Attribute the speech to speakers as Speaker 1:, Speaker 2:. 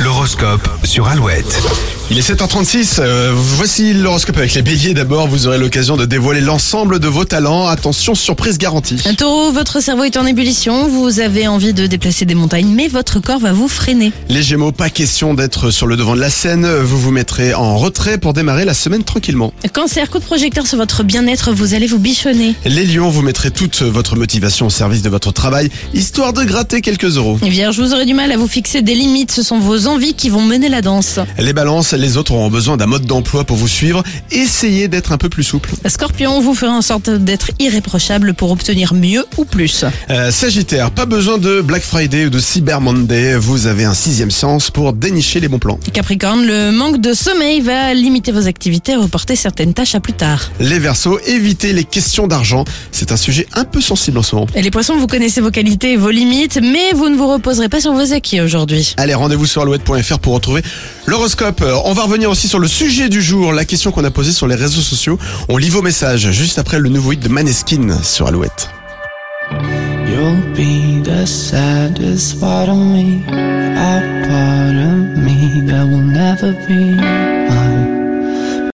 Speaker 1: L'horoscope sur Alouette.
Speaker 2: Il est 7h36, euh, voici l'horoscope avec les béliers d'abord, vous aurez l'occasion de dévoiler l'ensemble de vos talents, attention surprise garantie.
Speaker 3: Un Taureau, votre cerveau est en ébullition, vous avez envie de déplacer des montagnes, mais votre corps va vous freiner.
Speaker 2: Les gémeaux, pas question d'être sur le devant de la scène, vous vous mettrez en retrait pour démarrer la semaine tranquillement.
Speaker 3: Cancer, coup de projecteur sur votre bien-être, vous allez vous bichonner.
Speaker 2: Les lions, vous mettrez toute votre motivation au service de votre travail, histoire de gratter quelques euros.
Speaker 3: Vierge, vous aurez du mal à vous fixer des limites, ce sont vos envies qui vont mener la danse.
Speaker 2: Les balances, les autres auront besoin d'un mode d'emploi pour vous suivre, essayez d'être un peu plus souple.
Speaker 3: Scorpion, vous ferez en sorte d'être irréprochable pour obtenir mieux ou plus.
Speaker 2: Euh, Sagittaire, pas besoin de Black Friday ou de Cyber Monday, vous avez un sixième sens pour dénicher les bons plans.
Speaker 3: Capricorne, le manque de sommeil va limiter vos activités et reporter certaines tâches à plus tard.
Speaker 2: Les Verseaux, évitez les questions d'argent, c'est un sujet un peu sensible en ce moment.
Speaker 3: Et les poissons, vous connaissez vos qualités et vos limites, mais vous ne vous reposerez pas sur vos acquis aujourd'hui.
Speaker 2: Allez, rendez-vous sur alouette.fr pour retrouver l'horoscope. Euh, On va revenir aussi sur le sujet du jour, la question qu'on a posée sur les réseaux sociaux. On lit vos messages juste après le nouveau hit de Maneskin sur Alouette.
Speaker 4: You'll be the saddest part of me, a part of me that will never be.